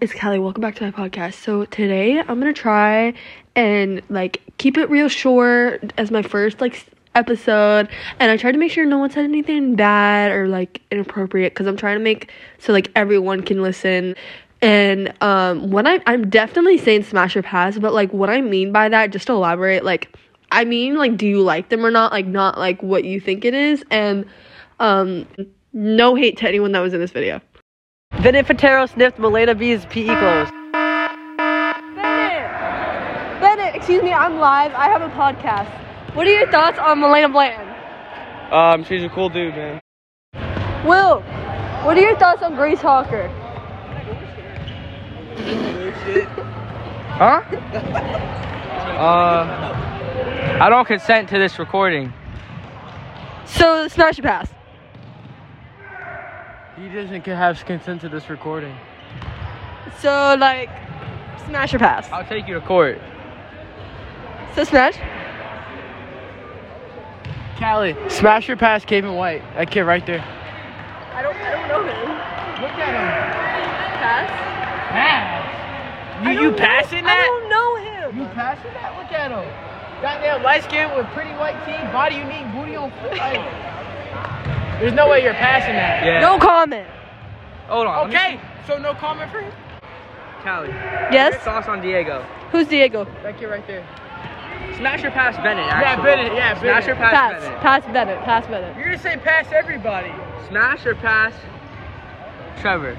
it's Callie. Welcome back to my podcast. So today I'm gonna try and like keep it real short as my first like s- episode, and I tried to make sure no one said anything bad or like inappropriate because I'm trying to make so like everyone can listen. And um, when I I'm definitely saying smash or pass, but like what I mean by that, just to elaborate, like I mean like do you like them or not? Like not like what you think it is, and um, no hate to anyone that was in this video. Vinny Patero sniffed Milena B's PE E clothes. Bennett! Bennett, excuse me, I'm live. I have a podcast. What are your thoughts on Milena Bland? Um, she's a cool dude, man. Will, what are your thoughts on Grace Hawker? Huh? uh, I don't consent to this recording. So, smash or pass. He doesn't have consent to this recording. So, like, smash or pass. I'll take you to court. So, smash? Callie, smash your pass, Kevin White. That kid right there. I don't, I don't know him. Look at him. Pass? Pass. I You, don't you know- passing I that? don't know him. You passing that? Look at him. Goddamn light skin with pretty white teeth, body unique, booty on foot. like, There's no way you're passing that. Yeah. No comment. Hold on. let me Okay, so no comment for him? see. Callie. Yes? Your thoughts on Diego? Who's Diego? That kid right there. Smash or pass Bennett, Yeah, actually. Bennett, yeah, Smash or Bennett. pass, Pass. Bennett? Pass Bennett. Pass Bennett. You're gonna say pass everybody. Smash or pass Trevor?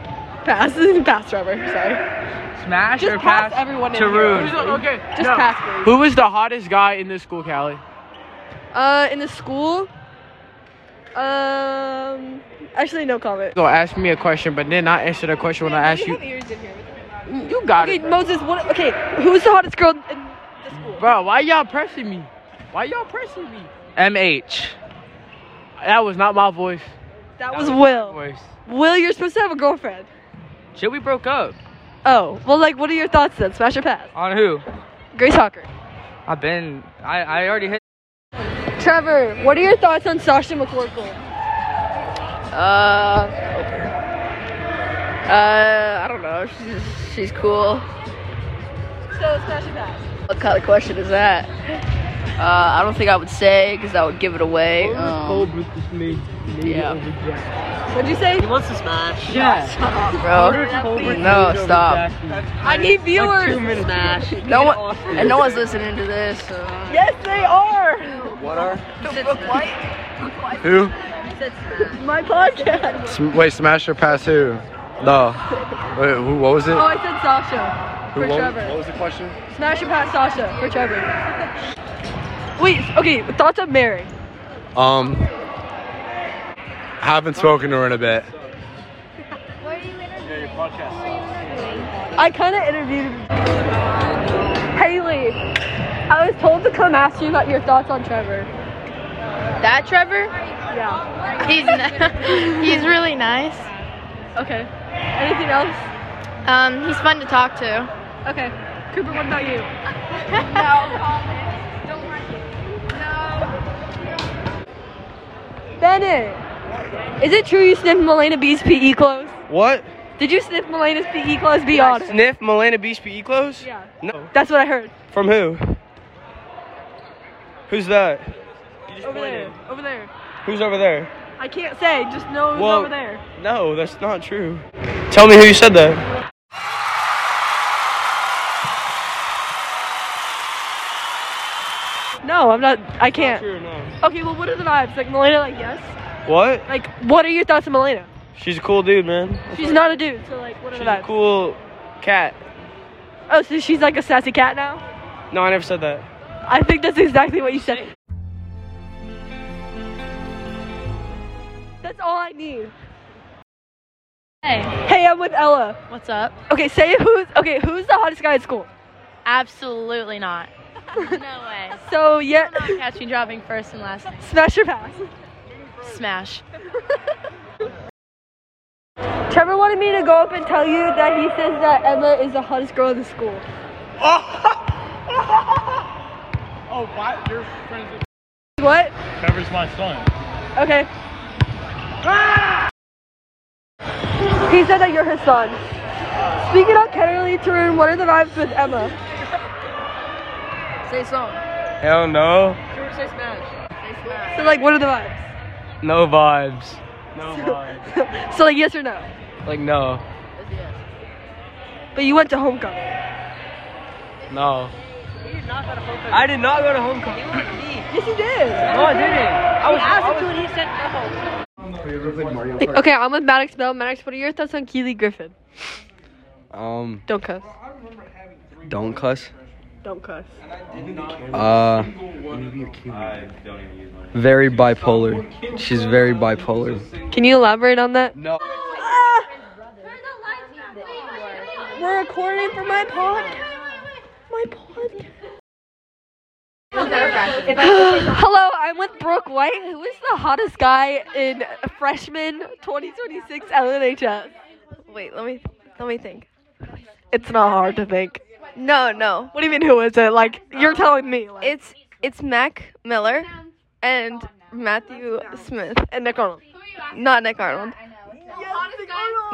Pass. pass Trevor. Sorry. Smash Just or pass pass, everyone in Tarun? here. Who's the- okay, Just no. pass, please. Who was the hottest guy in this school, Callie? Uh, in the school. Um, actually, no comment. So ask me a question, but then I answer the question when I ask you. You got Okay, it, Moses. What? Okay, who's the hottest girl in the school? bro. Why y'all pressing me? Why y'all pressing me? MH. That was not my voice. That was Will. Voice. Will, you're supposed to have a girlfriend. Shit, we broke up. Oh, well, like, what are your thoughts then? Smash or pass? On who? Grace Hawker. I've been. I, I already hit. Trevor, what are your thoughts on Sasha McCorkle? Uh, uh, I don't know. She's she's cool. So smash or pass? What kind of question is that? Uh, I don't think I would say because I would give it away. Um, yeah, What'd you say? Yeah. bro. No, stop. I need viewers. Smash. No one and no one's listening to this. So. Yes, they are. Who? My podcast. Sm- wait, smash or pass who? No. Wait, who? What was it? Oh, I said Sasha. who, for what, Trevor. what was the question? Smash or pass Sasha for Trevor. Wait, okay, thoughts on Mary. Um, haven't spoken to her in a bit. I kind of interviewed Haley. I was told to come ask you about your thoughts on Trevor. That Trevor? Yeah. He's n- he's really nice. Okay. Anything else? Um, he's fun to talk to. Okay. Cooper, what about you? Bennett, is it true you sniffed Milena B's PE clothes? What? Did you sniff Milena's PE clothes? Be I honest. sniff Milena Beach PE clothes? Yeah. No. That's what I heard. From who? Who's that? Over there. Over there. Who's over there? I can't say. Just know it's Well- over there. No, that's not true. Tell me who you said that. No, I'm not. I can't. True or no? Okay. Well, what are the vibes? Like Milena, like yes. What? Like, what are your thoughts on Milena? She's a cool dude, man. She's not a dude, so like, what are She's the a vibes? cool cat. Oh, so she's like a sassy cat now? No, I never said that. I think that's exactly what you said. That's all I need. Hey, Hey, I'm with Ella. what's up? Okay, say who's okay. Who's the hottest guy at school? Absolutely not. no way. So yeah, Not catch me dropping first and last name. smash your pass. Smash. Trevor wanted me to go up and tell you that he says that Emma is the hottest girl in the school. Oh, why? You're friends with What? Trevor's my son. Okay. He said that you're his son. Speaking of Kennerly Tarun, what are the vibes with Emma? Say something. Hell no. Say smash. Say smash. So like, what are the vibes? No vibes. No vibes. So like, yes or no? like no. But you went to homecoming. No. I did not go to homecoming. Yes, you did. No, I didn't. I was, I was Okay, I'm with Maddox Bell. Maddox, what are your thoughts on Keely Griffin? Um, Don't cuss. don't cuss. Don't cuss. Uh, very bipolar. She's very bipolar. Can you elaborate on that? No. We're recording for my podcast. My podcast. Hello, I'm with Brooke White, who is the hottest guy in freshman 2026 LNHS. Wait, let me let me think. It's not hard to think. No, no. What do you mean, who is it? Like, you're telling me. Like, It's it's Mac Miller and Matthew Smith. and Nick Arnold. Not Nick Arnold.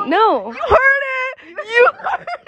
No. You heard it! You heard